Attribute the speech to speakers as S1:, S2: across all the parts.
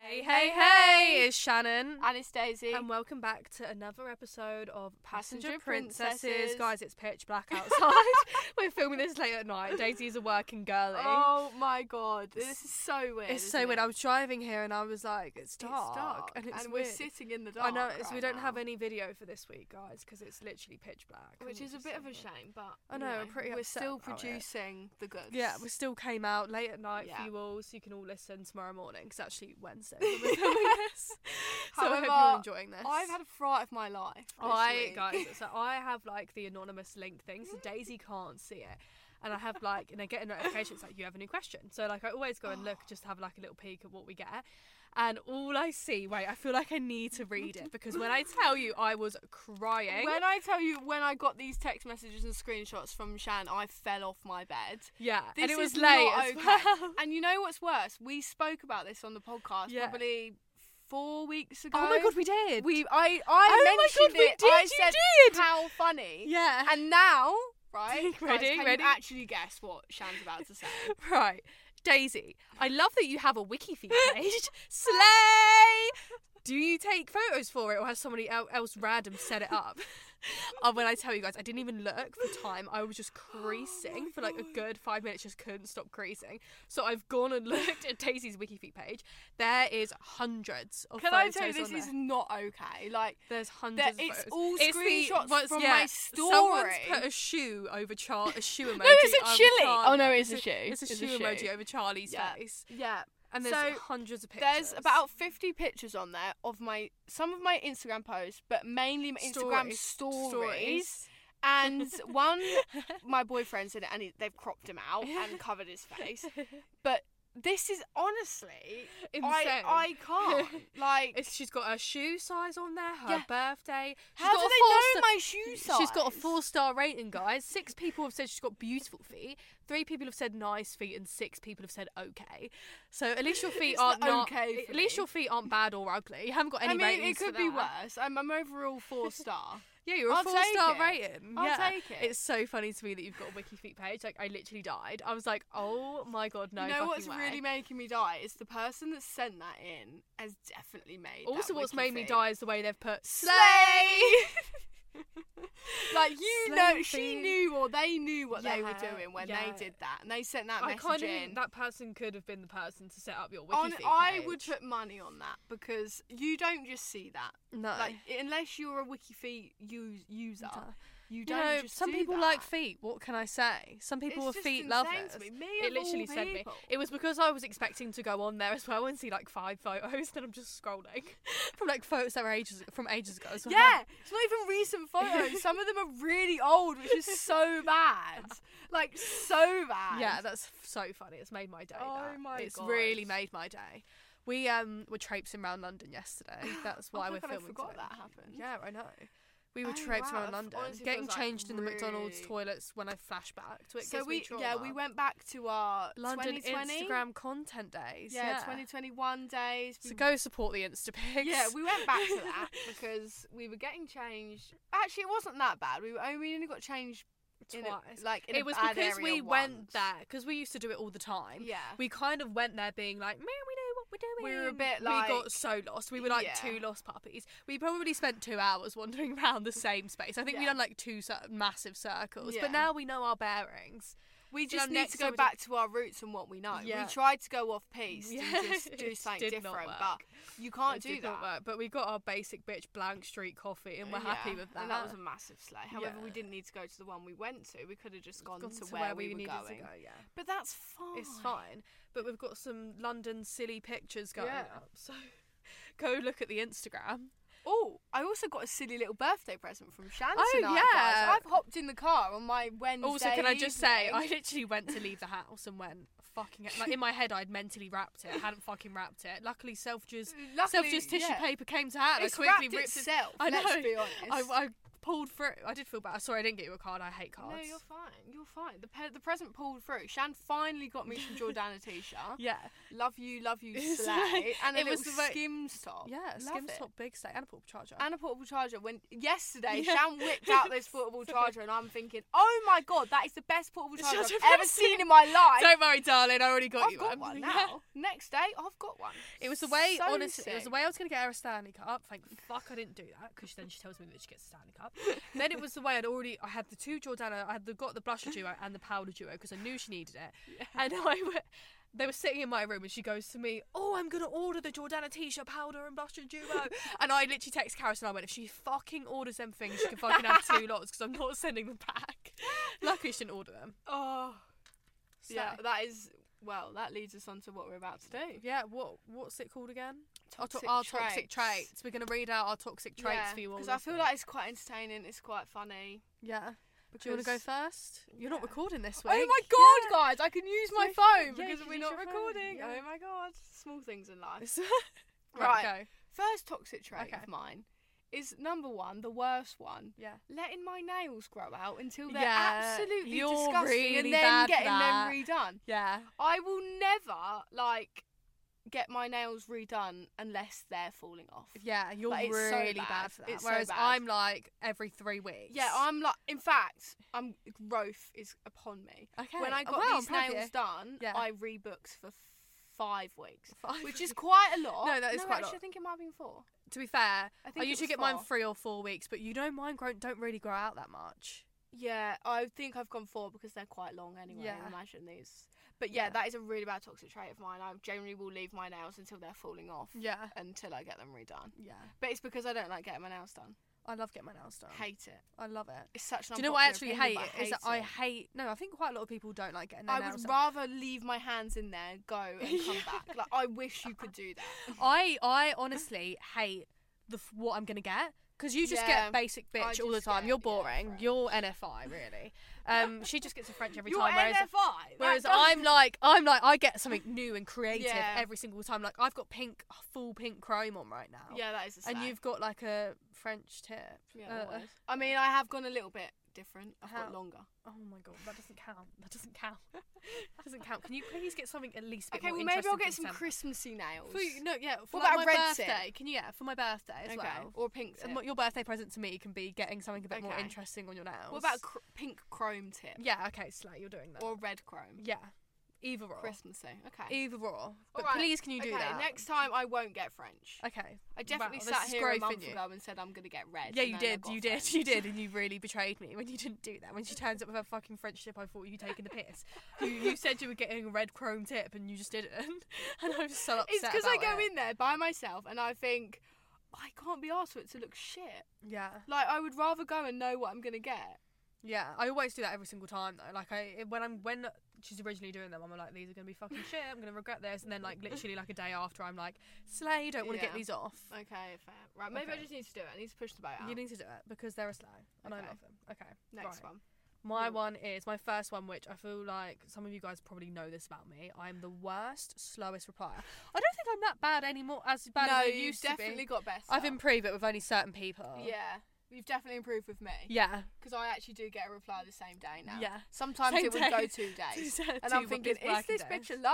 S1: Hey, hey, hey! It's Shannon.
S2: And it's Daisy.
S1: And welcome back to another episode of Passenger,
S2: Passenger
S1: Princesses.
S2: Princesses.
S1: Guys, it's pitch black outside. We're filming this late at night. Daisy's a working girly.
S2: oh my god, this is so weird.
S1: it's
S2: isn't
S1: so weird.
S2: It?
S1: I was driving here and I was like, it's
S2: It's
S1: dark.
S2: dark,
S1: And it's
S2: we're
S1: weird.
S2: sitting in the dark.
S1: I know, it's,
S2: right
S1: we don't have
S2: now,
S1: any video for this week, guys, because it's literally pitch black.
S2: which
S1: I'm
S2: is a
S1: just
S2: bit of a
S1: like-
S2: shame, but
S1: I
S2: you
S1: know, we're pretty
S2: We're
S1: upset
S2: still
S1: about it.
S2: producing the goods.
S1: Yeah, we still came out late at night for
S2: Yeah.
S1: you all, so you can all listen tomorrow morning. It's actually Wednesday. when we're filming this. so I hope you're
S2: However,
S1: enjoying this.
S2: I've had a fright of my life. this
S1: I
S2: week.
S1: guys, so I have like the anonymous link thing, so Daisy can't see it. And I have like, and I get a notification. It's like you have a new question. So like, I always go and look, just to have like a little peek at what we get. And all I see, wait, I feel like I need to read it because when I tell you, I was crying.
S2: When I tell you, when I got these text messages and screenshots from Shan, I fell off my bed.
S1: yeah, and
S2: this
S1: it was
S2: is
S1: late
S2: not
S1: as
S2: okay.
S1: well. Oh
S2: And you know what's worse? We spoke about this on the podcast
S1: Yeah.
S2: probably four weeks ago.
S1: Oh my god, we did.
S2: We I I
S1: Oh my
S2: mentioned
S1: God, we
S2: it. I
S1: did, you
S2: said
S1: did.
S2: how funny.
S1: yeah.
S2: And now, right? guys,
S1: Ready,
S2: can
S1: ready?
S2: You actually guess what Shan's about to say.
S1: Right. Daisy, I love that you have a wiki feed page. Slay! Do you take photos for it or has somebody el- else random set it up? Oh, when I tell you guys, I didn't even look for time. I was just creasing for like a good five minutes, just couldn't stop creasing. So I've gone and looked at Daisy's wiki feed page. There is hundreds of
S2: Can I
S1: photos
S2: tell you this
S1: on there.
S2: is not okay? Like
S1: There's hundreds. of
S2: it's
S1: photos.
S2: all
S1: the-
S2: screenshots
S1: what's-
S2: from
S1: yeah,
S2: my
S1: Someone's
S2: story.
S1: put a shoe over Char, a shoe emoji.
S2: it's a
S1: over
S2: chili.
S1: Charlie.
S2: Oh, no, it's a shoe.
S1: It's a shoe emoji over Charlie's
S2: Yeah.
S1: face,
S2: Yeah.
S1: and there's
S2: So,
S1: hundreds of pictures.
S2: There's about 50 pictures on there of my some of my Instagram posts, but mainly my Instagram
S1: Stories.
S2: stories. and one my boyfriend's in it and he, they've cropped him out and covered his face but this is honestly
S1: Insane.
S2: I, I can't like
S1: It's, she's got her shoe size on there. Her
S2: Yeah.
S1: birthday. She's
S2: how do
S1: got
S2: they
S1: a four-star-
S2: know my shoe size
S1: She's got a four star rating, guys. Six people have said she's got beautiful feet. Three people have said nice feet, and six people have said okay. So at least your feet
S2: It's the
S1: aren't not-
S2: okay for
S1: At least
S2: me.
S1: your feet aren't bad or ugly. You haven't got any
S2: I mean,
S1: ratings
S2: it
S1: for
S2: could be
S1: that.
S2: worse. I'm, I'm overall four star.
S1: Yeah, you're a
S2: I'll
S1: four
S2: take
S1: star
S2: it.
S1: rating.
S2: I'll
S1: yeah.
S2: take it.
S1: It's so funny to me that you've got a wiki feet page. Like I literally died. I was like, oh my god, no.
S2: you know
S1: fucking
S2: what's
S1: way.
S2: really making me die is the person that sent that in has definitely made. that
S1: also what's
S2: wiki
S1: made me
S2: thing.
S1: die is the way they've put
S2: Slay. like you
S1: Slay
S2: know,
S1: thing.
S2: she knew or they knew what they were
S1: Yeah,
S2: doing when
S1: yeah.
S2: they did that, and they sent that
S1: I
S2: message
S1: can't
S2: in.
S1: even. That person could have been the person to set up your wiki
S2: On,
S1: feet
S2: I would
S1: page.
S2: put money on that because you don't just see that.
S1: no.
S2: Like unless you're a WikiFeet use, user,
S1: No.
S2: you
S1: you
S2: don't
S1: know,
S2: just
S1: some
S2: do
S1: people like
S2: that.
S1: feet. What can I say? Some people
S2: It's
S1: are
S2: just
S1: feet
S2: insane
S1: lovers.
S2: to me. Me
S1: It
S2: of all
S1: literally sent me.
S2: people.
S1: It was because I was expecting to go on there as well and see like five photos. Then I'm just scrolling from like photos that were ages from ages ago. as well.
S2: Yeah, it's not even recent photos. some of them are really old, which is so bad. Like so bad.
S1: Yeah, that's f- so funny. It's made my day.
S2: Oh
S1: that.
S2: my
S1: It's really
S2: gosh.
S1: made my day. We um were traipsing around London yesterday. That's
S2: Oh
S1: why
S2: my
S1: we're
S2: God,
S1: filming
S2: I forgot
S1: today.
S2: that happened.
S1: Yeah, I know. We were
S2: Oh,
S1: traipsing
S2: wow,
S1: around
S2: that f-
S1: London,
S2: honestly
S1: getting
S2: feels like
S1: changed in the McDonald's
S2: really-
S1: toilets when I flash back to it.
S2: So
S1: gives
S2: we
S1: me trauma.
S2: yeah we went back to our
S1: London
S2: 2020
S1: Instagram content days.
S2: yeah, 2021 days.
S1: So go support the Instapigs.
S2: Hmm. Yeah, we went back to that because we were getting changed. Actually, it wasn't that bad. We were only, we only got changed in a-
S1: twice.
S2: like in a
S1: it was
S2: bad
S1: because
S2: area
S1: we
S2: once.
S1: went there because we used to do it all the time.
S2: Yeah.
S1: we kind of went there being like, man, we know what we're
S2: We
S1: doing.
S2: were a bit
S1: we
S2: like-
S1: got so lost. We were like
S2: Yeah.
S1: two lost puppies. We probably spent two hours wandering around the same space. I think we
S2: Yeah.
S1: done like two cir- massive circles,
S2: Yeah.
S1: but now we know our bearings.
S2: We
S1: So
S2: just
S1: now
S2: need
S1: next
S2: to
S1: time
S2: go
S1: we
S2: back to our roots and what we know.
S1: Yeah.
S2: We tried to go off piste
S1: Yeah,
S2: and just do
S1: it
S2: something
S1: did not
S2: different,
S1: work.
S2: but you can't
S1: It
S2: do
S1: did not
S2: that.
S1: work, but we got our basic bitch blank street coffee, and we're
S2: Yeah,
S1: happy with that.
S2: And that was a massive sleigh. However, we
S1: Yeah.
S2: didn't need to go to the one we went to. We could have just gone,
S1: Gone
S2: to, where, we, were
S1: needed
S2: going.
S1: to go. Yeah.
S2: But that's fine.
S1: It's fine, but we've got some London silly pictures going
S2: Yeah.
S1: up. So go look at the Instagram.
S2: Oh, I also got a silly little birthday present from Shan
S1: Oh,
S2: tonight,
S1: yeah.
S2: guys. I've hopped in the car on my Wednesday.
S1: Also, can I just say, I
S2: evening.
S1: literally went to leave the house and went fucking it. like in my head I'd mentally wrapped it. I hadn't fucking wrapped it. Luckily, self just
S2: Luckily,
S1: self just tissue
S2: yeah.
S1: paper came to hand.
S2: It's
S1: I quickly
S2: wrapped
S1: ripped
S2: itself.
S1: It. I know.
S2: Let's be honest.
S1: I, I pulled through. I did feel bad. Sorry, I didn't get you a card. I hate cards.
S2: No, you're fine. You're fine. The pe- the present pulled through. Shan finally got me some Jordana t-shirt.
S1: yeah,
S2: Love you, love you,
S1: It's
S2: slay.
S1: like-
S2: And a
S1: it was
S2: little
S1: the way-
S2: skims top.
S1: yeah.
S2: oh, Love
S1: Skim's
S2: it.
S1: top big stack and a portable charger.
S2: And a portable charger. When yesterday,
S1: Yeah.
S2: Shan whipped out this portable charger, and I'm thinking, oh my god, that is the best portable
S1: It's
S2: charger
S1: such a
S2: I've ever
S1: blessing.
S2: seen in my life.
S1: Don't worry, darling. I already got
S2: I've
S1: you
S2: got
S1: I'm-
S2: one
S1: yeah.
S2: now. Next day, I've got one.
S1: It was the way,
S2: So
S1: honestly, it was the
S2: sick.
S1: way I was going to get her a Stanley Cup. Thank fuck I didn't do that because then she tells me that she gets a Stanley Cup. then it was the way I'd already, I had the two Jordana, I had the, got the blusher duo and the powder duo because I knew she needed it. And I went, they were sitting in my room and she goes to me, Oh, I'm going to order the Jordana t shirt, powder, and blusher duo. and I literally text Karis and I went, If she fucking orders them things, she can fucking have two lots because I'm not sending them back. Luckily, she didn't order them.
S2: Oh,
S1: So,
S2: yeah. That is well. That leads us on to what we're about to do.
S1: Yeah, what what's it called again?
S2: Toxic
S1: our, Oh, to- our toxic
S2: traits.
S1: traits. We're going to read out our toxic traits for you all.
S2: because I feel
S1: listening.
S2: like it's quite entertaining. It's quite funny.
S1: Yeah. Do you want to go
S2: because-
S1: first? You're not
S2: Yeah.
S1: recording this week.
S2: Oh my god, guys! I can use my
S1: Yeah,
S2: phone
S1: you
S2: because
S1: can
S2: we're
S1: use
S2: not
S1: your phone,
S2: recording.
S1: yeah.
S2: Oh my god, small things in life.
S1: It's-
S2: Right.
S1: right, go.
S2: First toxic trait
S1: Okay.
S2: of mine is number one, the worst one.
S1: Yeah.
S2: Letting my nails grow out until they're
S1: Yeah,
S2: absolutely
S1: you're
S2: disgusting,
S1: really
S2: and then
S1: bad for
S2: getting
S1: that.
S2: them redone.
S1: Yeah.
S2: I will never like get my nails redone unless they're falling off.
S1: Yeah, you're
S2: Like, it's so
S1: really bad.
S2: bad.
S1: for that.
S2: It's so
S1: Whereas
S2: bad.
S1: I'm like every three weeks.
S2: Yeah, I'm like. In fact, I'm growth is upon me.
S1: Okay.
S2: When I got
S1: Oh, wow,
S2: these
S1: I'm proud of you.
S2: nails done,
S1: Yeah.
S2: I rebooked for five weeks,
S1: Five
S2: which is
S1: weeks.
S2: quite a lot.
S1: No, that is
S2: no,
S1: quite a
S2: actually,
S1: lot.
S2: I think it might have been four.
S1: To be fair,
S2: I
S1: I,
S2: think it
S1: usually
S2: was
S1: get mine
S2: four.
S1: three or four weeks, but you know mine grow- don't really grow out that much.
S2: Yeah, I think I've gone four because they're quite long anyway.
S1: Yeah.
S2: I imagine these. But yeah,
S1: Yeah.
S2: that is a really bad toxic trait of mine. I generally will leave my nails until they're falling off
S1: Yeah.
S2: until I get them redone.
S1: Yeah.
S2: But it's because I don't like getting my nails done.
S1: I love getting my nails done.
S2: Hate it.
S1: I love it.
S2: It's such an
S1: Oh. Do you know what I actually
S2: unpopular
S1: hate?
S2: opinion, but
S1: Is that I
S2: it.
S1: hate. No, I think quite a lot of people don't like getting their
S2: I
S1: nails
S2: would
S1: done.
S2: rather leave my hands in there, go and come back. Like I wish you could do that.
S1: I I honestly hate the f- what I'm gonna get because you just
S2: Yeah.
S1: get basic bitch all the
S2: just
S1: time.
S2: get-
S1: You're
S2: yeah,
S1: boring.
S2: French.
S1: You're NFI really. Um, she just gets a French every
S2: You're
S1: time. Whereas,
S2: NFI. that
S1: whereas
S2: doesn't-
S1: I'm like I'm like I get something new and creative
S2: Yeah.
S1: every single time. Like I've got pink full pink chrome on right now.
S2: yeah, that is the
S1: And you've got like a French tip.
S2: yeah,
S1: Uh,
S2: always. I mean, I have gone a little bit different. I've
S1: How?
S2: got longer.
S1: oh my god, that doesn't count. That doesn't count. that doesn't count. Can you please get something at least a bit
S2: Okay,
S1: more
S2: well maybe I'll
S1: interesting
S2: get
S1: for
S2: some
S1: December?
S2: Christmassy nails.
S1: For you- no, yeah. For
S2: What
S1: like
S2: about
S1: my
S2: red tip?
S1: birthday, can you yeah for my birthday as well?
S2: Or pink
S1: And
S2: tip.
S1: what- your birthday present to me can be getting something a bit more
S2: Okay.
S1: interesting on your nails.
S2: What about cr- pink chrome tip
S1: yeah, okay, Slay, you're doing that.
S2: or red chrome?
S1: yeah, either or,
S2: Christmassy. Okay.
S1: either or. But
S2: Alright,
S1: please, can you do
S2: okay,
S1: that
S2: next time I won't get French.
S1: Okay.
S2: I definitely
S1: this
S2: sat
S1: is
S2: here a
S1: growth in
S2: month
S1: you.
S2: ago and said I'm gonna get red.
S1: Yeah,
S2: and
S1: you
S2: then I
S1: did.
S2: got
S1: You did.
S2: French.
S1: You did, and you really betrayed me when you didn't do that. When she turns up with her fucking French tip, I thought you taking the piss. you, you said you were getting a red chrome tip, and you just didn't. And I was so upset.
S2: It's because I
S1: about
S2: go
S1: it.
S2: in there by myself and I think I can't be asked for it to look shit.
S1: Yeah,
S2: Like I would rather go and know what I'm gonna get.
S1: yeah. I always do that every single time though. Like I it- when I'm when she's originally doing them, I'm like these are gonna be fucking shit. I'm gonna regret this. And then like literally like a day after, I'm like, Slay, don't want to
S2: Yeah.
S1: get these off.
S2: Okay, fair. Right, maybe
S1: Okay.
S2: I just need to do it. I need to push the boat out.
S1: You need to do it because they're a slow, and I
S2: Okay.
S1: love them. Okay,
S2: Next
S1: right.
S2: one.
S1: My
S2: Cool.
S1: one is my first one, which I feel like some of you guys probably know this about me. I'm the worst, slowest replier. I don't think I'm that bad anymore, as bad
S2: no,
S1: as I
S2: you've
S1: used
S2: definitely
S1: to be.
S2: got better.
S1: I've improved it with only certain people.
S2: Yeah, you've definitely improved with me.
S1: yeah,
S2: because I actually do get a reply the same day now.
S1: yeah.
S2: Sometimes
S1: Same
S2: it would
S1: day.
S2: go two days, and I'm thinking, is this bitch alive?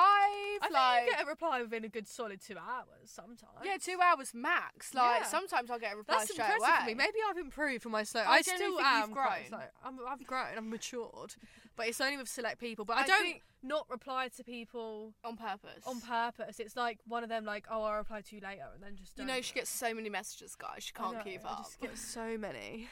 S1: I
S2: like,
S1: think you get a reply within a good solid two hours sometimes.
S2: yeah, two hours max. Like
S1: Yeah.
S2: sometimes I'll get a reply
S1: That's
S2: straight
S1: impressive
S2: away.
S1: for me. Maybe I've improved from my slow. I,
S2: I
S1: still
S2: generally think
S1: am.
S2: you've
S1: quite
S2: grown.
S1: slow. I'm, I've grown. I'm matured, but it's only with select people. But I,
S2: I
S1: don't
S2: think-
S1: not reply to people
S2: on purpose.
S1: on purpose. It's like one of them, like, oh, I'll reply to you later, and then just
S2: you
S1: don't.
S2: know she gets so many messages, guys. She
S1: I
S2: can't
S1: know,
S2: keep
S1: I
S2: up.
S1: just get so many.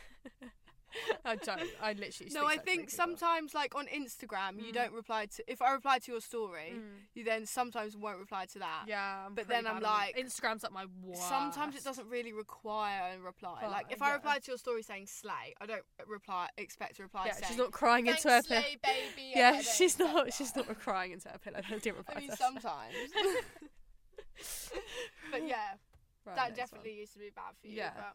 S1: I don't. I literally.
S2: No, I
S1: speak to, like, three
S2: think
S1: people.
S2: sometimes like on Instagram you
S1: Mm.
S2: don't reply to. If I reply to your story,
S1: Mm.
S2: you then sometimes won't reply to that.
S1: Yeah, I'm
S2: but
S1: pretty
S2: then I'm
S1: bad on
S2: like-
S1: Instagram's like my worst.
S2: Sometimes it doesn't really require a reply. like
S1: Reply,
S2: if
S1: yeah.
S2: I reply to your story saying slay, I don't reply expect a reply.
S1: Yeah,
S2: saying,
S1: she's not crying
S2: Thanks,
S1: into her pillow.
S2: slay, baby.
S1: Yeah,
S2: I don't
S1: she's not.
S2: expect
S1: She's
S2: that.
S1: not crying into her pillow. I didn't reply
S2: I mean,
S1: to her.
S2: sometimes. but yeah,
S1: Right,
S2: that
S1: next one.
S2: definitely used to be bad for you.
S1: Yeah.
S2: But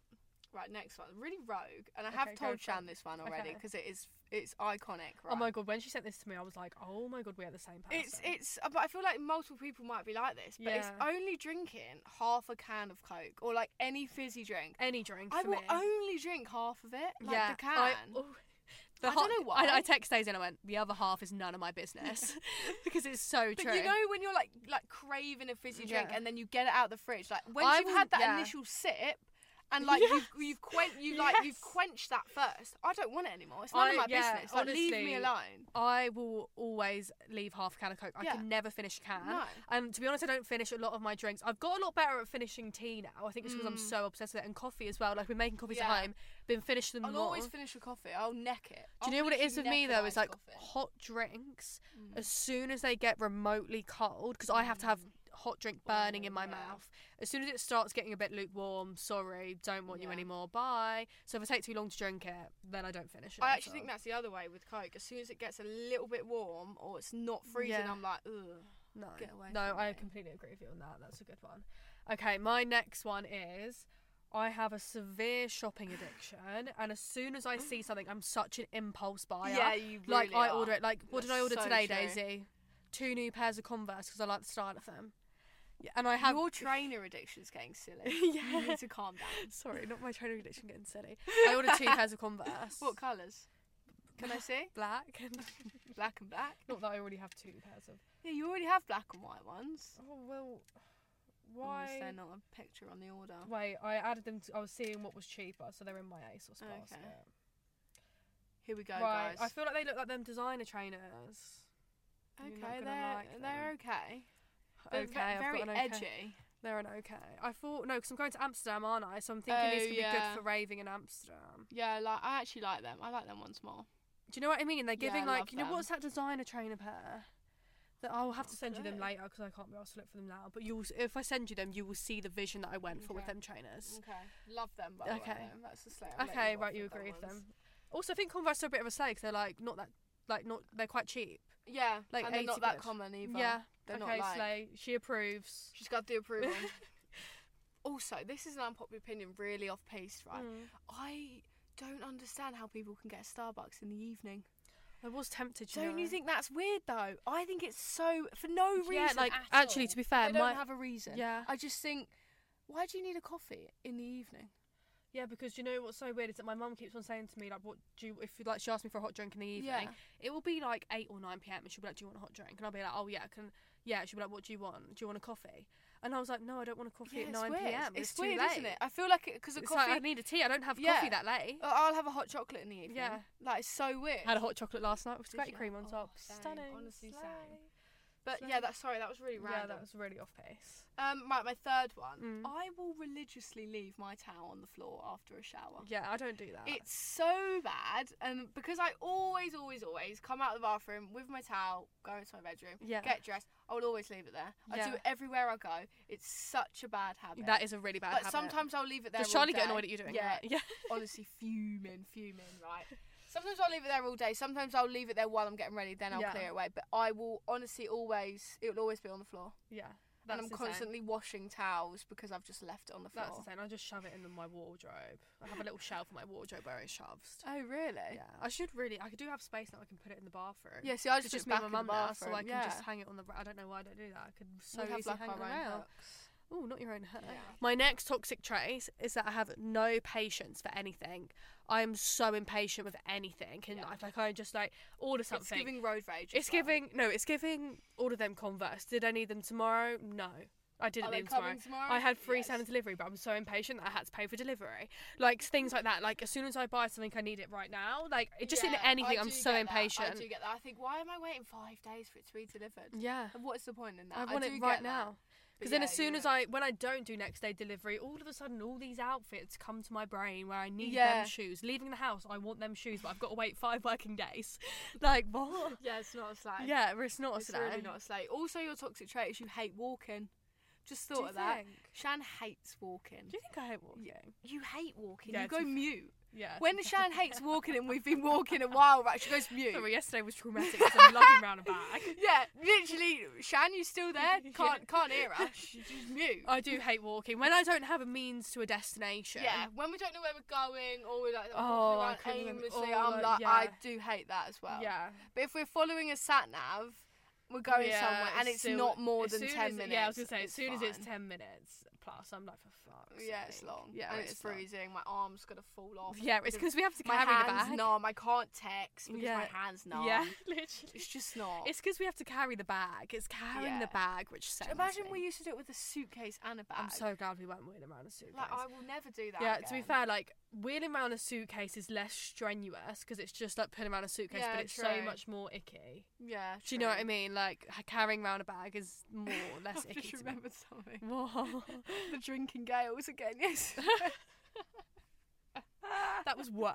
S2: right, next one. Really rogue, and I have
S1: Okay, go
S2: told
S1: for it.
S2: Shan this one already
S1: Okay.
S2: because it is it's iconic, right?
S1: Oh my god, when she sent this to me, I was like, oh my god, we're the same person.
S2: It's it's, uh, but I feel like multiple people might be like this. But it's
S1: Yeah.
S2: only drinking half a can of Coke or like any fizzy drink.
S1: any drink
S2: I
S1: for
S2: will
S1: me.
S2: only drink half of it, like the can.
S1: I, oh, the
S2: I
S1: hot-
S2: don't know
S1: I,
S2: why.
S1: I text Daisy and I went, the other half is none of my business because it's so
S2: but
S1: true.
S2: you know when you're like like craving a fizzy drink
S1: Yeah.
S2: and then you get it out of the fridge, like when
S1: I
S2: you've
S1: will-
S2: had that
S1: yeah.
S2: initial sip and like
S1: Yes.
S2: you've you've quen- you like you've
S1: Yes.
S2: quenched that first. I don't want it anymore. It's none of
S1: I-
S2: my
S1: yeah,
S2: business. Like, leave
S1: honestly,
S2: me alone.
S1: I will always leave half a can of Coke. I
S2: Yeah.
S1: can never finish a can.
S2: No.
S1: And Um, to be honest, I don't finish a lot of my drinks. I've got a lot better at finishing tea now. I think it's because I'm
S2: Mm.
S1: so obsessed with it. And coffee as well. Like, we're making coffees
S2: Yeah.
S1: at home, been finishing them
S2: I'll
S1: more.
S2: always finish with coffee. I'll neck
S1: Mm. Do
S2: it.
S1: you
S2: I'll
S1: know what it
S2: literally
S1: is with me
S2: neck an
S1: though? It's
S2: iced
S1: like
S2: coffee.
S1: hot drinks.
S2: Mm.
S1: As soon as they get remotely cold, because I have to have hot drink burning in
S2: Mm.
S1: my
S2: Oh, yeah.
S1: mouth. As soon as it starts getting a bit lukewarm, sorry, don't want you
S2: Yeah.
S1: anymore. Bye. So if I take too long to drink it, then I oh, don't finish it.
S2: I actually think
S1: so-
S2: that's the other way with Coke. As soon as it gets a little bit warm or it's not freezing,
S1: Yeah.
S2: I'm like, ugh.
S1: no,
S2: get away
S1: no,
S2: from
S1: I
S2: me.
S1: completely agree with you on that. That's a good one. Okay, my next one is. I have a severe shopping addiction, and as soon as I see something, I'm such an impulse buyer.
S2: you
S1: Like
S2: really
S1: I order
S2: are.
S1: it. Like what did
S2: That's
S1: I order
S2: so
S1: today,
S2: true.
S1: Daisy? Two new pairs of Converse because I like the style of them. Yeah, and I have.
S2: Your trainer addiction's getting silly. You
S1: Yeah.
S2: need to calm down.
S1: Sorry, not my trainer addiction getting silly. I ordered two pairs of Converse.
S2: What colours? Can I see?
S1: Black. And
S2: Black and black.
S1: not that I already have two pairs of.
S2: Yeah, you already have black and white ones. Oh,
S1: Oh well,
S2: Or is
S1: why?
S2: there not a picture on the order?
S1: Wait, I added them. To, I was seeing what was cheaper, so they're in my ASOS
S2: Okay.
S1: basket.
S2: Here we go,
S1: right, I
S2: guys.
S1: feel like they look like them designer trainers. you're not
S2: okay,
S1: gonna
S2: they're
S1: like
S2: they're okay. But
S1: Okay,
S2: ve-
S1: I've
S2: very
S1: got an okay.
S2: edgy.
S1: They're an okay. I thought no, because I'm going to Amsterdam, aren't I? So I'm thinking
S2: Oh,
S1: these could
S2: yeah.
S1: be good for raving in Amsterdam.
S2: Yeah, like I actually like them. I like them once more.
S1: Do you know what I mean? They're
S2: Yeah, I
S1: giving
S2: love
S1: like you know
S2: them.
S1: what's that designer trainer pair? That I'll have to
S2: Not
S1: send you them
S2: clue.
S1: later because I can't be asked to look for them now. But you'll s- if I send you them, you will see the vision that I went for with
S2: Okay.
S1: them trainers.
S2: Okay, love them. By okay,
S1: Okay.
S2: that's the slay.
S1: Okay, right, you agree with them. Also, I think Converse are a bit of a slay 'cause they're like not that like not they're quite cheap.
S2: Yeah,
S1: Like
S2: and they're
S1: 80
S2: not that
S1: quid.
S2: common either.
S1: Yeah.
S2: they're
S1: okay,
S2: not like.
S1: slay. She approves.
S2: She's got the approval. also, this is an unpopular opinion, really off piece, right?
S1: Mm.
S2: I don't understand how people can get a Starbucks in the evening.
S1: I was tempted.
S2: Don't you
S1: know.
S2: think that's weird though? I think it's so for no reason.
S1: Yeah, like
S2: at
S1: actually,
S2: all.
S1: to be fair,
S2: they don't
S1: my
S2: have a reason.
S1: yeah.
S2: I just think, why do you need a coffee in the evening?
S1: Yeah, because you know what's so weird is that my mum keeps on saying to me like, "What do you if you like?" She asked me for a hot drink in the evening.
S2: Yeah.
S1: It will be like eight or nine p.m. and she'll be like, "Do you want a hot drink?" And I'll be like, "Oh yeah, I can." Yeah, she'll be like, "What do you want? Do you want a coffee?" And I was like, "No, I don't want a coffee
S2: Yeah,
S1: at
S2: it's
S1: nine
S2: weird.
S1: p.m.
S2: It's,
S1: too
S2: weird,
S1: late.
S2: isn't it? I feel like it because a
S1: It's
S2: coffee.
S1: like I need a tea. I don't have
S2: Yeah.
S1: coffee that late.
S2: Oh, I'll have a hot chocolate in the evening.
S1: Yeah.
S2: Like it's so weird.
S1: I had a hot chocolate last night with
S2: Did
S1: spaghetti
S2: you?
S1: cream on
S2: Oh,
S1: top.
S2: same.
S1: Stunning.
S2: Honestly,
S1: slay.
S2: same. but
S1: so-
S2: yeah, that's sorry, that was really
S1: Yeah,
S2: random.
S1: that was really off pace.
S2: Um my, my third one.
S1: Mm.
S2: I will religiously leave my towel on the floor after a shower.
S1: Yeah, I don't do that.
S2: It's so bad, and because I always, always, always come out of the bathroom with my towel, go into my bedroom,
S1: Yeah.
S2: get dressed. I would always leave it there. I do
S1: Yeah.
S2: it everywhere I go. It's such a bad habit.
S1: that is a really bad
S2: but
S1: habit.
S2: sometimes I'll leave it there.
S1: does
S2: all
S1: Charlie get
S2: day.
S1: annoyed at you doing
S2: Yeah,
S1: that? Yeah.
S2: honestly fuming, fuming, right? Sometimes I'll leave it there all day. Sometimes I'll leave it there while I'm getting ready. Then I'll
S1: Yeah.
S2: clear it away. But I will honestly always, it will always be on the floor,
S1: Yeah.
S2: and I'm
S1: the same.
S2: constantly washing towels because I've just left it on the floor.
S1: That's the insane. I just shove it in my wardrobe. I have a little shelf in my wardrobe where it shoves.
S2: oh really?
S1: Yeah, I should really. I do have space now. I can put it in the bathroom.
S2: Yeah. See, I
S1: it's
S2: just,
S1: just
S2: put
S1: me
S2: it
S1: and
S2: back
S1: my
S2: in the
S1: mum now, so I
S2: bathroom,
S1: can
S2: yeah.
S1: just hang it on the. I don't know why I don't do that. I could so
S2: We'd have,
S1: easily
S2: like,
S1: hang it
S2: our
S1: on
S2: own
S1: now.
S2: hooks.
S1: Oh, not your own hook.
S2: Yeah.
S1: My next toxic trait is that I have no patience for anything. I am so impatient with anything in
S2: Yeah.
S1: life. Like I just like order something.
S2: It's giving road rage.
S1: It's
S2: as well.
S1: giving- no. It's giving all of them Converse. Did I need them tomorrow? No, I didn't
S2: Are they
S1: need them tomorrow.
S2: coming tomorrow?
S1: I had free
S2: Yes.
S1: seven delivery, but I'm so impatient that I had to pay for delivery. Like things like that. Like as soon as I buy something, I need it right now. Like it just in
S2: Yeah,
S1: anything,
S2: I
S1: I'm
S2: do
S1: so
S2: get
S1: impatient.
S2: That. I do get that. I think, why am I waiting five days for it to be delivered?
S1: Yeah,
S2: And what's the point in that?
S1: I want
S2: do
S1: it
S2: get
S1: right
S2: that.
S1: now.
S2: But
S1: Because then,
S2: yeah,
S1: as soon
S2: you're
S1: as
S2: right.
S1: I when I don't do next day delivery, all of a sudden all these outfits come to my brain where I need
S2: Yeah.
S1: them shoes. Leaving the house, I want them shoes, but I've got to wait five working days. like what?
S2: yeah, it's not a slag.
S1: Yeah, it's not
S2: it's
S1: a
S2: really not a slag. Also, your toxic trait is you hate walking. Just thought of that. Shan hates walking.
S1: Do you think I hate walking?
S2: You hate walking.
S1: Yeah,
S2: you
S1: to
S2: go
S1: be fair.
S2: mute.
S1: Yeah.
S2: When Shan hates walking and we've been walking a while, right? She goes mute.
S1: Sorry, yesterday was traumatic because I'm lugging round a bag.
S2: Yeah, literally, Shan, you still there?
S1: Yeah.
S2: Can't can't hear us. She's just mute.
S1: I do hate walking when I don't have a means to a destination.
S2: Yeah, when we don't know where we're going or we're like
S1: Oh, I
S2: walking
S1: couldn't
S2: around
S1: remember-
S2: aimlessly,
S1: oh,
S2: I'm
S1: like,
S2: like, I
S1: yeah.
S2: do hate that as well.
S1: Yeah.
S2: But if we're following a sat nav, we're going
S1: Yeah,
S2: somewhere and it's
S1: still-
S2: not more
S1: as
S2: than
S1: soon
S2: ten
S1: as it-
S2: minutes.
S1: Yeah, I was gonna say as soon as it's
S2: fine.
S1: ten minutes plus, I'm like for fuck's
S2: Yeah, it's
S1: sake.
S2: long.
S1: Yeah,
S2: and it's,
S1: long.
S2: freezing. My arm's gonna fall off.
S1: Yeah, it's because we have to
S2: my
S1: carry the
S2: hands
S1: bag.
S2: numb. I can't text because
S1: Yeah.
S2: my hands numb.
S1: Yeah, literally.
S2: it's just not.
S1: It's because we have to carry the bag. It's carrying the
S2: Yeah.
S1: bag which sends
S2: Imagine
S1: me.
S2: we used to do it with a suitcase and a bag.
S1: I'm so glad we weren't wheeling around a suitcase.
S2: like I will never do that.
S1: yeah, to be
S2: again.
S1: fair, like wheeling around a suitcase is less strenuous because it's just like pulling around a suitcase,
S2: Yeah,
S1: but it's
S2: true.
S1: so much more icky.
S2: Yeah.
S1: Do you know what I
S2: true.
S1: mean? Like h- carrying around a bag is more less
S2: I've
S1: icky.
S2: just
S1: to me.
S2: remembered something.
S1: Whoa.
S2: the drinking gales again. Yes.
S1: that was worse.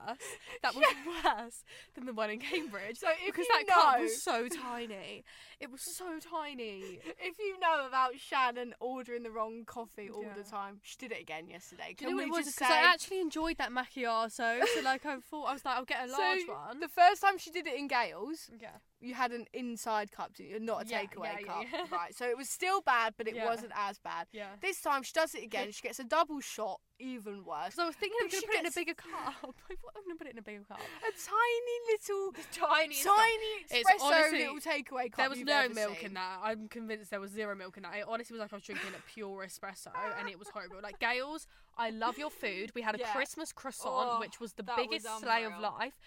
S1: That was worse than the one in Cambridge.
S2: so if
S1: because
S2: you
S1: that cup
S2: know,
S1: was so tiny. It was so tiny.
S2: if you know about Shannon ordering the wrong coffee all the
S1: Yeah.
S2: time, she did it again yesterday.
S1: Do
S2: Can
S1: you know what
S2: we
S1: it was?
S2: just
S1: Because
S2: say?
S1: I actually enjoyed that macchiato. So like I thought I was like I'll get a
S2: So,
S1: large one.
S2: the first time she did it in Gales,
S1: yeah.
S2: you had an inside cup, didn't you? Not a
S1: Yeah,
S2: takeaway
S1: yeah, yeah,
S2: cup,
S1: yeah.
S2: right? So it was still bad, but it
S1: Yeah.
S2: wasn't as bad.
S1: Yeah.
S2: This time she does it again. She gets a double shot, even worse.
S1: Because I was thinking I'm
S2: But
S1: gonna
S2: she
S1: put it in a
S2: gets-
S1: bigger cup. I thought I'm gonna put it in a bigger cup.
S2: A tiny little,
S1: Tiny.
S2: tiny
S1: It's
S2: espresso
S1: honestly-
S2: little takeaway cup.
S1: There was
S2: you've
S1: no
S2: ever
S1: milk
S2: seen.
S1: in that. I'm convinced there was zero milk in that. It honestly was like I was drinking a pure espresso and it was horrible. Like Gales, I love your food. We had a
S2: Yeah.
S1: Christmas croissant,
S2: Oh,
S1: which was the
S2: that was
S1: biggest slay of
S2: unreal.
S1: life.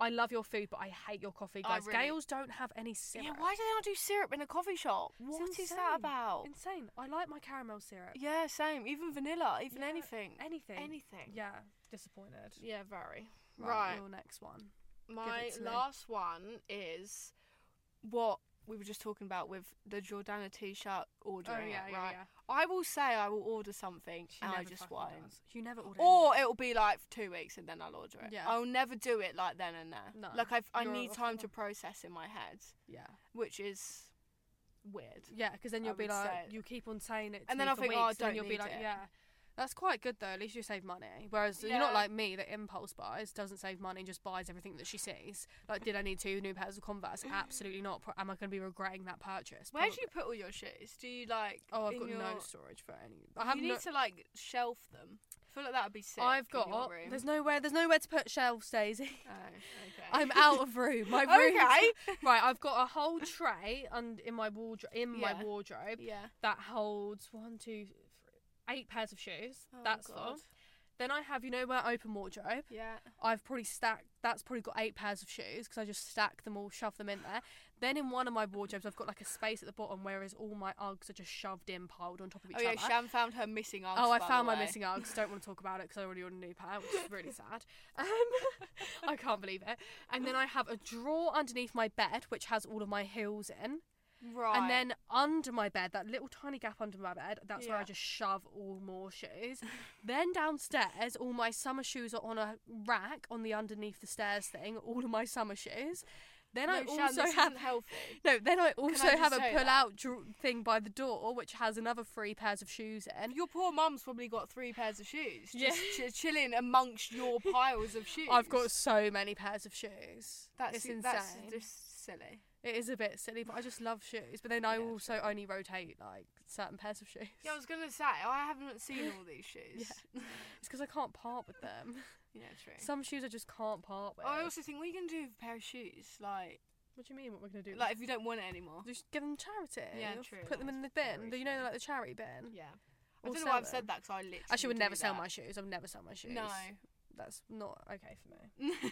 S1: I love your food, but I hate your coffee,
S2: I
S1: guys.
S2: really-
S1: Gales don't have any syrup.
S2: Yeah, why do they not do syrup in a coffee shop?
S1: It's
S2: What is
S1: insane.
S2: that about?
S1: Insane. I like my caramel syrup.
S2: Yeah, same. Even vanilla, even
S1: Yeah,
S2: anything.
S1: Anything.
S2: Anything.
S1: Yeah. Disappointed.
S2: Yeah, very. Right. Oh,
S1: Your next one.
S2: My
S1: to me.
S2: last one is what we were just talking about with the Jordana t shirt
S1: Oh,
S2: ordering. it, right. I will say I will order something
S1: She
S2: and I
S1: never
S2: just Oh!
S1: fucking
S2: won't.
S1: does. You never order.
S2: Or it'll be like two weeks and then I'll order it.
S1: Yeah.
S2: I'll never do it like then and there.
S1: No,
S2: Like I've, I
S1: you're
S2: need
S1: a-
S2: time to process in my head,
S1: yeah.
S2: which is weird.
S1: Yeah, because then
S2: I
S1: you'll be
S2: would
S1: like,
S2: say.
S1: you keep on saying it, to
S2: And
S1: me
S2: then I'll
S1: for
S2: think,
S1: weeks,
S2: "Oh, I
S1: and then
S2: don't
S1: you'll
S2: need
S1: be like,
S2: it."
S1: yeah, that's quite good though. At least you save money. Whereas you're not
S2: Yeah.
S1: like me that impulse buys, doesn't save money, just buys everything that she sees. Like, did I need two new pairs of Converse? Absolutely not. Pro- am I going to be regretting that purchase?
S2: Where do
S1: Probably.
S2: you put all your shoes? Do you like.
S1: Oh, I've
S2: in
S1: got no
S2: your-
S1: storage for any. I have
S2: you need
S1: no.
S2: to like shelf them. I feel like that would be sick.
S1: I've
S2: in your
S1: got.
S2: room.
S1: There's nowhere. There's nowhere to put shelves, Daisy.
S2: Oh, okay.
S1: I'm out of room. My room.
S2: okay.
S1: Right, I've got a whole tray and in my wardrobe. In
S2: Yeah.
S1: my wardrobe
S2: yeah.
S1: that holds one, two, three, eight pairs of shoes.
S2: Oh,
S1: that's full.
S2: God.
S1: Then I have, you know, my open wardrobe.
S2: Yeah.
S1: I've probably stacked. That's probably got eight pairs of shoes because I just stack them all, shove them in there. Then in one of my wardrobes, I've got like a space at the bottom, whereas all my Uggs are just shoved in, piled on top of each
S2: Oh yeah,
S1: other.
S2: Shan found her missing arms.
S1: Oh, I
S2: by the
S1: found my
S2: way.
S1: missing Uggs. Don't want to talk about it because I already ordered a new pair, which is really sad. Um, I can't believe it. And then I have a drawer underneath my bed, which has all of my heels in.
S2: Right.
S1: And then under my bed, that little tiny gap under my bed, that's where
S2: Yeah.
S1: I just shove all more shoes. then downstairs, all my summer shoes are on a rack on the underneath the stairs thing, all of my summer shoes. Then
S2: no,
S1: I
S2: Shan,
S1: also
S2: this
S1: have.
S2: isn't healthy.
S1: No, then I also
S2: I
S1: have
S2: just
S1: a
S2: say that?
S1: pull-out dr- thing by the door, which has another three pairs of shoes in.
S2: Your poor mum's probably got three pairs of shoes. Just
S1: Yeah.
S2: ch- chilling amongst your piles of shoes.
S1: I've got so many pairs of shoes.
S2: That's
S1: it's insane.
S2: That's just silly.
S1: It is a bit silly, but I just love shoes. But then I
S2: Yeah,
S1: also only rotate like certain pairs of shoes.
S2: Yeah, I was gonna say I haven't seen all these shoes. Yeah,
S1: It's because I can't part with them.
S2: true.
S1: Some shoes I just can't part with.
S2: I also think what are you gonna do with a pair of shoes? Like,
S1: What do you mean? What we're gonna do?
S2: like if you don't want it anymore.
S1: just give them charity.
S2: Yeah,
S1: or
S2: true,
S1: Put them
S2: that's
S1: in the
S2: very
S1: bin. You know,
S2: true.
S1: like the charity bin.
S2: Yeah. I
S1: Or
S2: don't know why I've
S1: sell
S2: said
S1: them.
S2: that because I literally.
S1: I should would
S2: do
S1: never sell
S2: that.
S1: my shoes. I've never sell my shoes.
S2: No.
S1: that's not okay for me.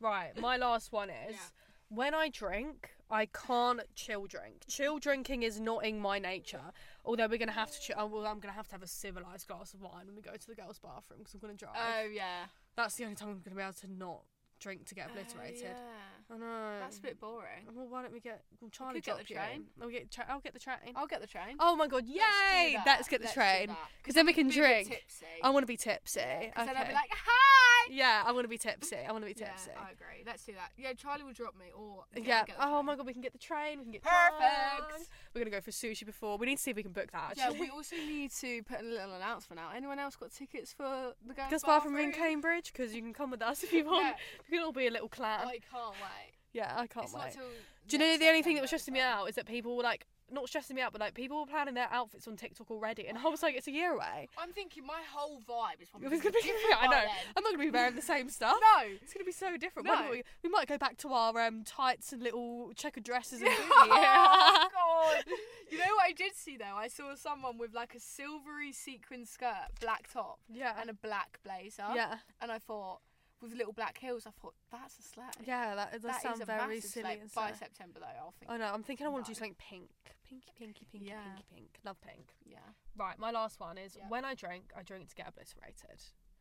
S1: Right, my last one is
S2: Yeah.
S1: when I drink, I can't chill drink. Chill drinking is not in my nature. Although we're gonna have to, chill, oh, well, I'm gonna have to have a civilized glass of wine when we go to the girls' bathroom because I'm gonna drive.
S2: oh yeah.
S1: That's the only time I'm gonna be able to not drink to get obliterated.
S2: Oh,
S1: I know.
S2: yeah. That's a bit boring.
S1: Well, why don't we get? Well, Charlie
S2: could get the
S1: drop you in.
S2: train.
S1: I'll get. Tra- I'll get the train.
S2: I'll get the train.
S1: Oh my god! Yay!
S2: Oh,
S1: Let's, get the train because then we can drink. I want to be tipsy. okay.
S2: Then I'll be like, hi,
S1: Yeah, I want to be tipsy. I want to be
S3: Yeah,
S1: tipsy.
S3: I agree. Let's do that. Yeah, Charlie will drop me or
S1: Yeah.
S3: get- get the
S1: Oh
S3: train.
S1: my god, we can get the train. We can get
S3: Perfect.
S1: drunk. We're gonna go for sushi before. We need to see if we can book that.
S2: Yeah,
S1: Actually.
S2: we also need to put a little announcement out. Anyone else got tickets for the girls'
S1: Because
S2: bar
S1: bathroom in Cambridge, because you can come with us if you want.
S3: Yeah.
S1: We can all be a little clan.
S3: I can't wait.
S1: yeah, I can't
S3: It's
S1: wait.
S3: not till
S1: Do you know
S3: next
S1: the only thing that was stressing
S3: September,
S1: me out is that people were like, not stressing me out, but like people were planning their outfits on TikTok already, and I was like, it's a year away.
S3: so- I'm thinking my whole vibe is probably
S1: It was
S3: gonna be
S1: gonna be.
S3: different
S1: I
S3: by
S1: know. Oh.
S3: then.
S1: I'm not gonna be wearing the same stuff.
S2: No.
S1: It's gonna be so different. When
S2: No.
S1: will we, we might go back to our um, tights and little checkered dresses and
S2: Oh,
S1: booty.
S2: God. You know what I did see though? I saw someone with like a silvery sequin skirt, black top,
S1: yeah,
S2: and a black blazer.
S1: yeah,
S2: And I thought, with little black heels, I thought, that's a slay.
S1: yeah. That, that,
S2: That is
S1: sounds
S2: a
S1: very
S2: massive slay.
S1: silly. And Oh.
S2: By
S1: stuff.
S2: September though, I'll think.
S1: I know. I'm thinking I want to
S2: No.
S1: do something pink, pinky, pinky, pinky,
S2: Yeah.
S1: pinky, pink. Love pink.
S2: yeah.
S1: Right. My last one is
S3: Yeah.
S1: when I drink, I drink to get obliterated.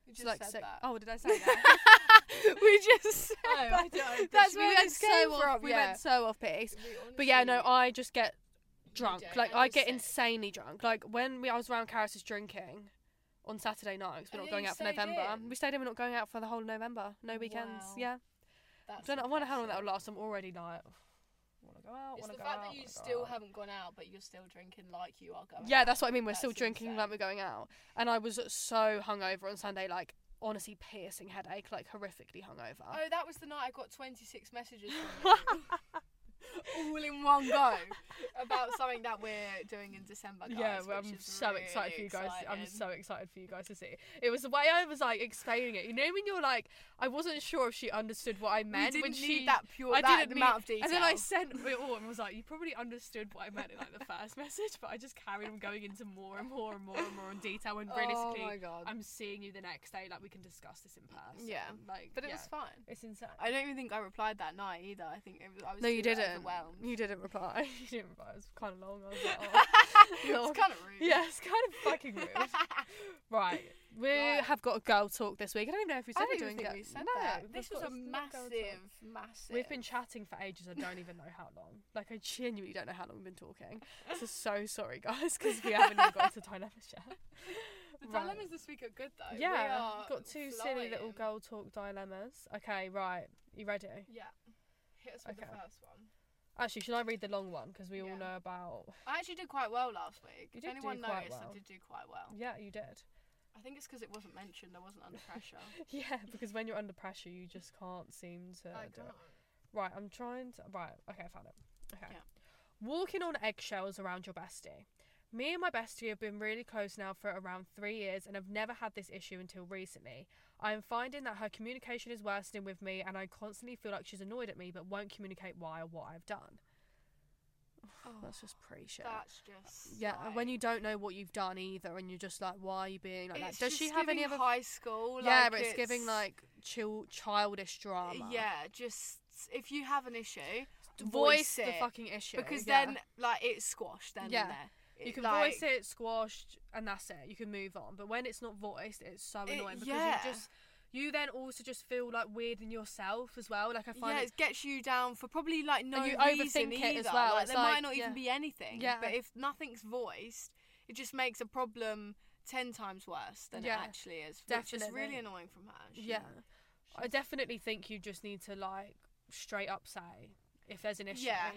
S2: We
S1: It's
S2: just
S1: like
S2: said
S1: sick-
S2: that.
S1: Oh, did I say that?
S2: we just said
S3: Oh,
S2: that.
S3: I don't.
S2: That's
S1: we
S2: where
S1: went
S2: this came
S1: so
S2: from,
S1: Off, we
S2: yeah.
S1: went so off piece.
S3: We
S1: But yeah, no,
S3: honestly-
S1: I just get drunk.
S3: don't,
S1: Like
S3: I
S1: I
S3: just
S1: get
S3: don't.
S1: insanely drunk. Like when we I was around Karis's drinking on Saturday night because we're
S3: Oh,
S1: not
S3: yeah,
S1: going
S3: you
S1: out for
S3: stayed
S1: November.
S3: in.
S1: We stayed in. We're not going out for the whole of November. No weekends.
S2: Wow.
S1: Yeah.
S3: That's
S1: Don't know, I wonder how long
S3: impressive.
S1: that'll last. I'm already like, want to go out.
S3: It's
S1: Want
S3: the
S1: to go
S3: fact
S1: out,
S3: that you
S1: wanna go
S3: still
S1: out.
S3: haven't gone out, but you're still drinking like you are going.
S1: Yeah,
S3: out.
S1: that's what I mean. We're still
S3: That's
S1: drinking
S3: insane.
S1: like we're going out, and I was so hungover on Sunday, like honestly piercing headache, like horrifically hungover.
S3: Oh, that was the night I got 26 messages from you. all in one go about something that we're doing in December, guys.
S1: yeah, well,
S3: which
S1: I'm
S3: is
S1: so excited for
S3: really
S1: you guys. I'm
S3: exciting.
S1: so excited for you guys to see. It was the way I was like explaining it. You know when you're like, I wasn't sure if she understood what I meant
S2: we didn't
S1: when
S2: need
S1: she
S2: that pure
S1: I
S2: that
S1: didn't mean-
S2: amount of detail.
S1: And then I sent it all and was like, you probably understood what I meant in like the first message, but I just carried on going into more and more and more and more in detail. And realistically,
S2: oh my god.
S1: I'm seeing you the next day. Like we can discuss this in person.
S2: Yeah,
S1: like
S2: but it
S1: yeah.
S2: was fine.
S1: It's insane.
S2: I don't even think I replied that night either. I think it was, I was
S1: no, you
S2: too
S1: didn't.
S2: overwhelmed.
S1: You didn't reply. You didn't reply. It was kind of long. I was like, oh.
S2: it's kind of rude.
S1: yeah, it's kind of fucking rude. right, we
S3: Right.
S1: have got a girl talk this week. I don't even know if we said
S2: I don't
S1: we're doing
S2: even think
S1: girl-
S2: we said
S1: no,
S2: that.
S1: we've
S2: This
S1: got
S2: was a
S1: it's not girl
S2: massive,
S1: talk.
S2: massive.
S1: We've been chatting for ages. I don't even know how long. Like I genuinely don't know how long we've been talking. So so sorry, guys, because we haven't even got to dilemma yet.
S2: The
S1: Right.
S2: dilemmas this week are good though. we
S1: Yeah,
S2: are
S1: we've got two silly
S3: flying.
S1: little girl talk dilemmas. Okay, right. You ready?
S3: Yeah, hit us with
S1: Okay.
S3: the first one.
S1: Actually, should I read the long one? Because we
S3: Yeah.
S1: all know about.
S2: I actually did quite well last week.
S1: You
S2: if
S1: did do
S2: anyone
S1: quite
S2: noticed,
S1: well.
S2: I did do quite well.
S1: Yeah, you did.
S2: I think it's because it wasn't mentioned. I wasn't under pressure.
S1: Yeah, because when you're under pressure, you just can't seem to
S3: I
S1: do
S3: can't.
S1: it. Right, I'm trying to. Right, okay, I found it. Okay.
S2: Yeah.
S1: Walking on eggshells around your bestie. Me and my bestie have been really close now for around three years and have never had this issue until recently. I am finding that her communication is worsening with me and I constantly feel like she's annoyed at me but won't communicate why or what I've done. That's just pretty shit.
S2: oh, That's just
S1: yeah, and when
S2: like-
S1: you don't know what you've done either and you're just like, why are you being like
S2: It's
S1: that? Does
S2: just
S1: she have any
S2: giving
S1: other
S2: high school?
S1: yeah,
S2: like,
S1: but it's, giving like chill, childish drama.
S2: yeah, just if you have an issue,
S1: D-
S2: voice
S1: voice the
S2: it,
S1: fucking issue
S2: because
S1: yeah.
S2: then like it's squashed then
S1: Yeah.
S2: and there.
S1: you
S2: It,
S1: can
S2: like,
S1: voice it, squashed, and that's it. You can move on. But when it's not voiced, it's so
S2: It-
S1: annoying because
S2: yeah.
S1: you just you then also just feel like weird in yourself as well. Like I find
S2: Yeah,
S1: it,
S2: it gets you down for probably like no
S1: you
S2: reason
S1: overthink
S2: either.
S1: it as well.
S2: Like,
S1: It's
S2: there
S1: like,
S2: might not even
S1: yeah.
S2: be anything.
S1: Yeah.
S2: But if nothing's voiced, it just makes a problem ten times worse than
S1: Yeah,
S2: it actually is, which is
S1: definitely.
S2: really annoying from her. She-
S1: yeah. I definitely think you just need to like straight up say if there's an issue.
S2: Yeah.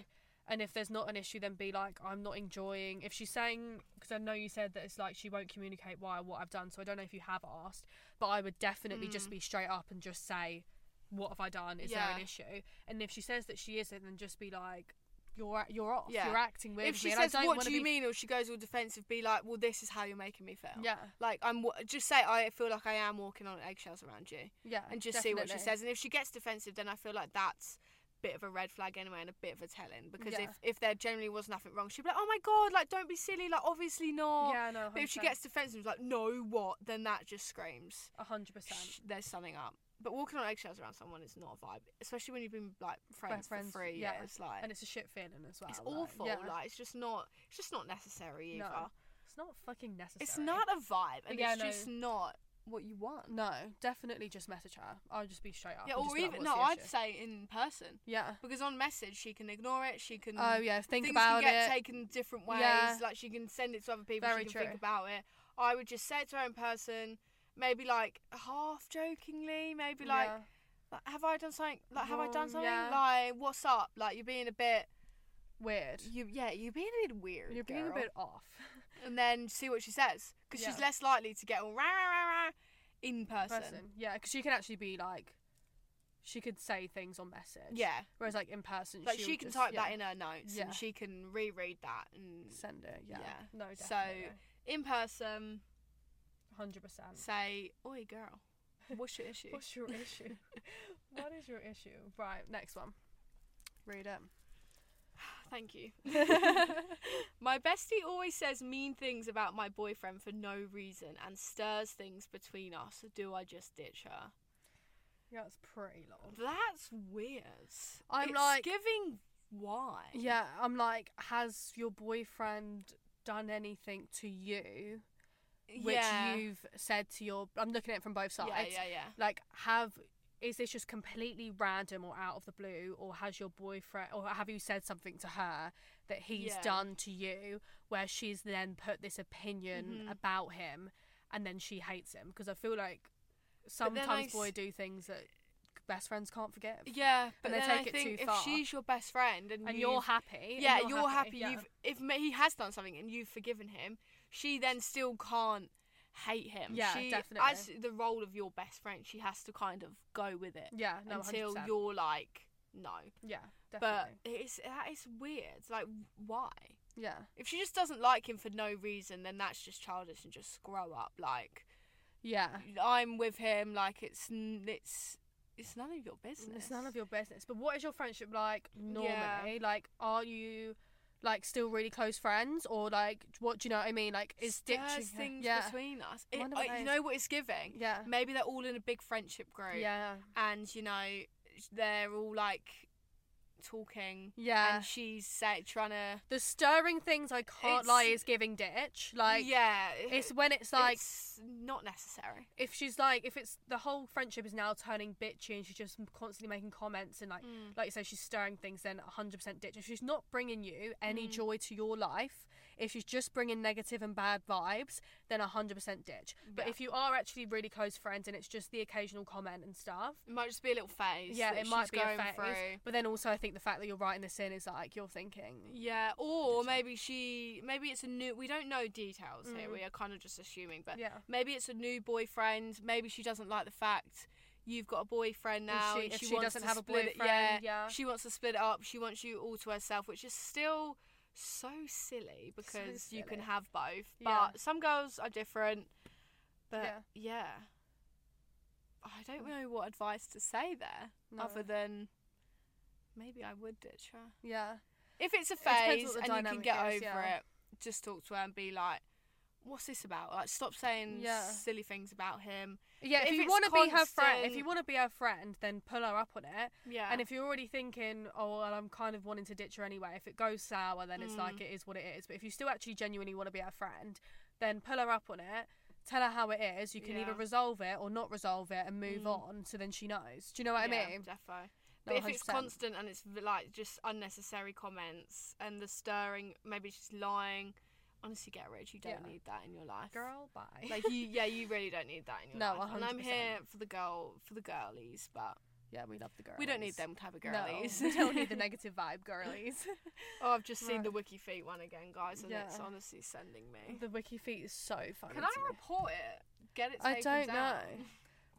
S1: And if there's not an issue, then be like, I'm not enjoying. If she's saying, because I know you said that it's like she won't communicate why or what I've done, so I don't know if you have asked, but I would definitely just be straight up and just say, What have I done? Is there
S2: Mm. Yeah.
S1: an issue? And if she says that she isn't, then just be like, You're you're off.
S2: Yeah.
S1: You're acting weird.
S2: If
S1: with
S2: she
S1: me, and I
S2: says,
S1: don't
S2: "What
S1: wanna
S2: do you
S1: be-" Oh.
S2: mean?" or she goes all defensive, be like, "Well, this is how you're making me feel."
S1: Yeah,
S2: Like I'm w- just say I feel like I am walking on eggshells around you,
S1: yeah.
S2: and just see what she
S1: definitely.
S2: says. And if she gets defensive, then I feel like that's a bit of a red flag anyway, and a bit of a telling. Because
S1: Yeah.
S2: if if there generally was nothing wrong, she'd be like, "Oh my god, like don't be silly, like obviously not."
S1: Yeah, no.
S2: But if she gets defensive, like no, what? Then that just screams
S1: hundred percent.
S2: "Shh, there's something up. But walking on eggshells around someone is not a vibe, especially when you've been like friends,
S1: friends,
S2: for three
S1: yeah.
S2: years. Like
S1: and it's a shit feeling as well.
S2: it's
S1: like,
S2: awful.
S1: yeah.
S2: Like it's just not. It's just not necessary either.
S1: No, it's not fucking necessary.
S2: It's not a vibe, and
S1: Yeah,
S2: it's
S1: no.
S2: just not what you want.
S1: No, definitely just message her. I'll just be straight up.
S2: yeah,
S1: and
S2: or
S1: just be like,
S2: even
S1: "What's
S2: no.
S1: the
S2: I'd
S1: issue?"
S2: say in person
S1: Yeah.
S2: because on message she can ignore it. She can.
S1: Oh yeah, think
S2: things
S1: about
S2: can get
S1: it.
S2: taken different ways.
S1: Yeah.
S2: Like she can send it to other people.
S1: Very
S2: she can
S1: true.
S2: think about it. I would just say it to her in person, maybe like half jokingly, maybe like, like, have I done something? Like, have I
S1: Wrong,
S2: done something?
S1: yeah.
S2: Like, what's up? Like, you're being a bit,
S1: weird.
S2: you yeah, you're being a bit weird.
S1: You're being a
S2: girl."
S1: bit off.
S2: and then see what she says because she's
S1: Yeah.
S2: less likely to get all rah rah rah, rah in person.
S1: Person. Yeah, because she can actually be like, she could say things on message.
S2: Yeah,
S1: Whereas like in person,
S2: like
S1: she'll
S2: she can
S1: just-
S2: type
S1: yeah,
S2: that in her notes
S1: Yeah.
S2: and she can reread that and
S1: Send it. Yeah.
S2: Yeah.
S1: No.
S2: So-
S1: Definitely.
S2: in person
S1: hundred percent.
S2: say, "Oi, girl, what's your issue?"
S1: What's your issue? what is your issue? Right, next one. Read
S2: Thank you.
S1: it.
S2: My bestie always says mean things about my boyfriend for no reason and stirs things between us. Do I just ditch her?
S1: yeah, it's pretty long.
S2: That's weird.
S1: I'm
S2: It's
S1: like-
S2: giving why?
S1: Yeah, I'm like, has your boyfriend done anything to you, which
S2: yeah.
S1: you've said to your? I'm looking at it from both
S2: yeah,
S1: sides.
S2: yeah, yeah.
S1: Like, have is this just completely random or out of the blue, or has your boyfriend, or have you said something to her that he's
S2: Yeah.
S1: done to you, where she's then put this opinion
S2: Mhm.
S1: about him, and then she hates him? Because I feel like sometimes
S2: s-
S1: boys do things that best friends can't forgive,
S2: Yeah, but
S1: they
S2: then
S1: take
S2: I
S1: it too
S2: think if
S1: far.
S2: she's your best friend and,
S1: and
S2: you've-
S1: you're happy. and
S2: yeah, you're happy.
S1: yeah.
S2: You've if ma- he has done something and you've forgiven him, she then still can't hate him.
S1: Yeah,
S2: she,
S1: definitely.
S2: As the role of your best friend, she has to kind of go with it
S1: Yeah, no,
S2: until
S1: 100%.
S2: you're like no.
S1: Yeah, definitely.
S2: But it's that is weird. Like why?
S1: yeah,
S2: If she just doesn't like him for no reason, then that's just childish and just grow up. Like
S1: yeah.
S2: I'm with him. Like it's n- it's it's none of your business.
S1: It's none of your business. But what is your friendship like normally?
S2: Yeah.
S1: Like, are you like still really close friends, or like what do you know what I mean? Like, is
S2: Stirs
S1: ditching her-
S2: things
S1: yeah.
S2: between us.
S1: I
S2: It-
S1: wonder what
S2: I-
S1: that
S2: you
S1: is.
S2: know what it's giving.
S1: yeah,
S2: Maybe they're all in a big friendship group.
S1: yeah,
S2: And you know they're all like talking,
S1: yeah.
S2: and she's say, trying to
S1: the stirring things I can't lie
S2: It's-
S1: is giving ditch. Like,
S2: yeah.
S1: it's when it's like
S2: it's not necessary.
S1: if she's like if it's the whole friendship is now turning bitchy and she's just constantly making comments and like
S2: Mm.
S1: like you say she's stirring things then 100% ditch if she's not bringing you any
S2: Mm.
S1: joy to your life if she's just bringing negative and bad vibes then 100% ditch but
S2: Yeah.
S1: if you are actually really close friends and it's just the occasional comment and stuff
S2: It might just be a little phase.
S1: yeah
S2: that
S1: it might
S2: she's
S1: be a
S2: going
S1: phase
S2: through.
S1: but then also i think the fact that you're writing this in is like you're thinking
S2: Yeah, or
S1: Ditch her.
S2: maybe she, maybe it's a new. We don't know details here.
S1: Mm.
S2: We are kind of just assuming, but
S1: yeah
S2: maybe it's a new boyfriend. Maybe she doesn't like the fact you've got a boyfriend
S1: And
S2: now.
S1: she-
S2: and
S1: if she
S2: wants
S1: doesn't
S2: to
S1: have a
S2: split it-
S1: boyfriend, yeah.
S2: she wants to split it up. She wants you all to herself, which is still so silly because you can
S1: silly.
S2: have both.
S1: Yeah.
S2: But some girls are different. But yeah.
S1: Yeah.
S2: I don't know what advice to say there
S1: No.
S2: other than maybe I would ditch her.
S1: yeah
S2: If it's a
S1: depends what
S2: phase
S1: the
S2: and you can
S1: dynamic
S2: get
S1: is,
S2: over
S1: yeah.
S2: it, just talk to her and be like, "What's this about?" Like, stop saying
S1: Yeah.
S2: silly things about him.
S1: yeah
S2: But
S1: if,
S2: if
S1: you
S2: it's
S1: want to be her friend if
S2: constant-
S1: you want to be her friend then pull her up on it
S2: Yeah,
S1: And if you're already thinking, oh, well, I'm kind of wanting to ditch her anyway, if it goes sour, then it's
S2: Mm.
S1: like it is what it is. But if you still actually genuinely want to be her friend, then pull her up on it, tell her how it is. You can
S2: Yeah.
S1: either resolve it or not resolve it and move
S2: Mm.
S1: on so then she knows. Do you know what I mean?
S2: defo.
S1: No,
S2: But if it's
S1: 100%.
S2: constant and it's v- like just unnecessary comments and the stirring, maybe she's lying. Honestly, get rich. You don't
S1: Yeah.
S2: need that in your life,
S1: Girl, bye.
S2: Like you, yeah, you really don't need that in your
S1: No,
S2: life. And I'm
S1: 100%.
S2: here for the girl, for the girlies, but
S1: yeah, we love the girls.
S2: we don't need them type of
S1: No,
S2: girlies.
S1: we don't need the negative vibe girlies.
S2: oh, I've just seen
S1: Right.
S2: the wiki feet one again, guys, and it's
S1: Yeah.
S2: honestly sending me.
S1: the wiki feet is so funny.
S2: Can I
S1: to me.
S2: report it? Get it
S1: I
S2: taken
S1: don't
S2: down?
S1: know.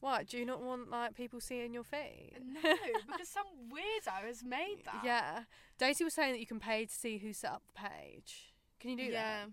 S1: What? Do you not want like people seeing your feet?
S2: No, because some weirdo has made that.
S1: Yeah. Daisy was saying that you can pay to see who set up the page. Can you do
S2: yeah.
S1: that?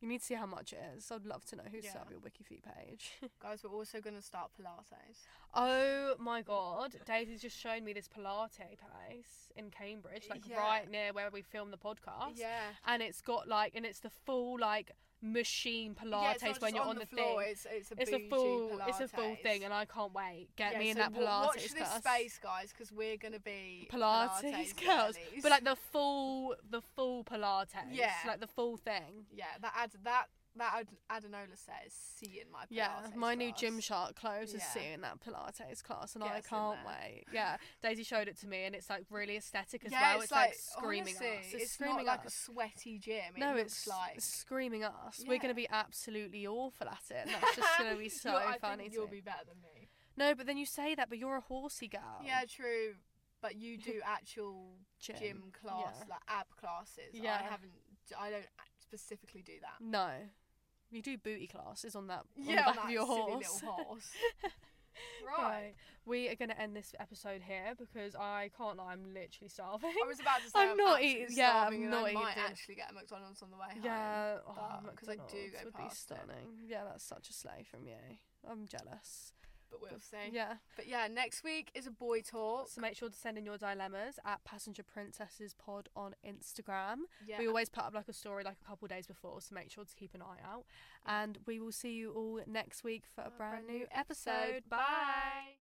S1: You need to see how much it is. I'd love to know who set
S2: Yeah.
S1: up your WikiFeet page.
S2: Guys, we're also going to start Pilates.
S1: oh my god. Daisy's just shown me this Pilate place in Cambridge, like
S2: Yeah.
S1: right near where we film the podcast.
S2: Yeah.
S1: And it's got like and it's the full like machine
S2: yeah,
S1: Pilates
S2: it's not just
S1: when you're
S2: on,
S1: on,
S2: the,
S1: the,
S2: floor.
S1: thing.
S2: It's, it's a
S1: It's a
S2: bougie
S1: full it's a full
S2: Pilates.
S1: thing and I can't wait. Get
S2: Yeah,
S1: me in
S2: so
S1: that
S2: w-
S1: Pilates
S2: Watch this
S1: class.
S2: space, guys, because we're going to be
S1: Pilates, girls,
S2: girlies.
S1: but like the full, the full Pilates,
S2: Yeah.
S1: like the full thing.
S2: yeah, that adds that that Ad- Adenola says, see in my Pilates
S1: Yeah, my new
S2: class."
S1: Gymshark clothes is
S2: Yeah.
S1: seeing that Pilates class, and I
S2: Gets in
S1: can't
S2: there.
S1: wait. Yeah, Daisy showed it to me, and it's like really aesthetic as well.
S2: yeah, It's,
S1: It's,
S2: like,
S1: screaming
S2: honestly,
S1: us. It's,
S2: It's,
S1: screaming
S2: not like a
S1: us.
S2: sweaty gym. It
S1: no,
S2: looks
S1: it's
S2: like
S1: it's screaming us. We're
S2: Yeah.
S1: gonna be absolutely awful at it. And that's just gonna be so
S2: You're- I
S1: funny.
S2: Think
S1: to
S2: you'll
S1: me.
S2: be better than me.
S1: No, but then you say that, but you're a horsey gal.
S2: Yeah, true. But you do actual
S1: Oh. Gym.
S2: gym class,
S1: yeah.
S2: like ab classes.
S1: Yeah.
S2: I haven't. I don't act- specifically do that.
S1: No, you do booty classes on that. On
S2: yeah,
S1: the
S2: on
S1: back
S2: that
S1: of your
S2: silly
S1: horse.
S2: little horse.
S1: Right.
S2: right.
S1: We are gonna end this episode here because I can't. lie, I'm literally starving.
S2: I was about to say
S1: I'm
S2: I'm,
S1: not
S2: absolutely
S1: eating- yeah,
S2: starving
S1: I'm
S2: and
S1: not
S2: I
S1: eating
S2: might
S1: dinner.
S2: actually get a McDonald's on the way home.
S1: Yeah, oh,
S2: but- 'cause I do
S1: McDonald's
S2: go
S1: would be
S2: past it.
S1: stunning. Yeah, that's such a sleigh from you. I'm jealous.
S2: but we'll see.
S1: Yeah.
S2: But yeah, next week is a boy talk.
S1: So make sure to send in your dilemmas at Passenger Princesses Pod on Instagram.
S2: Yeah,
S1: We always put up like a story like a couple days before, so make sure to keep an eye out. And we will see you all next week for a brand, new episode. Bye.
S2: Bye.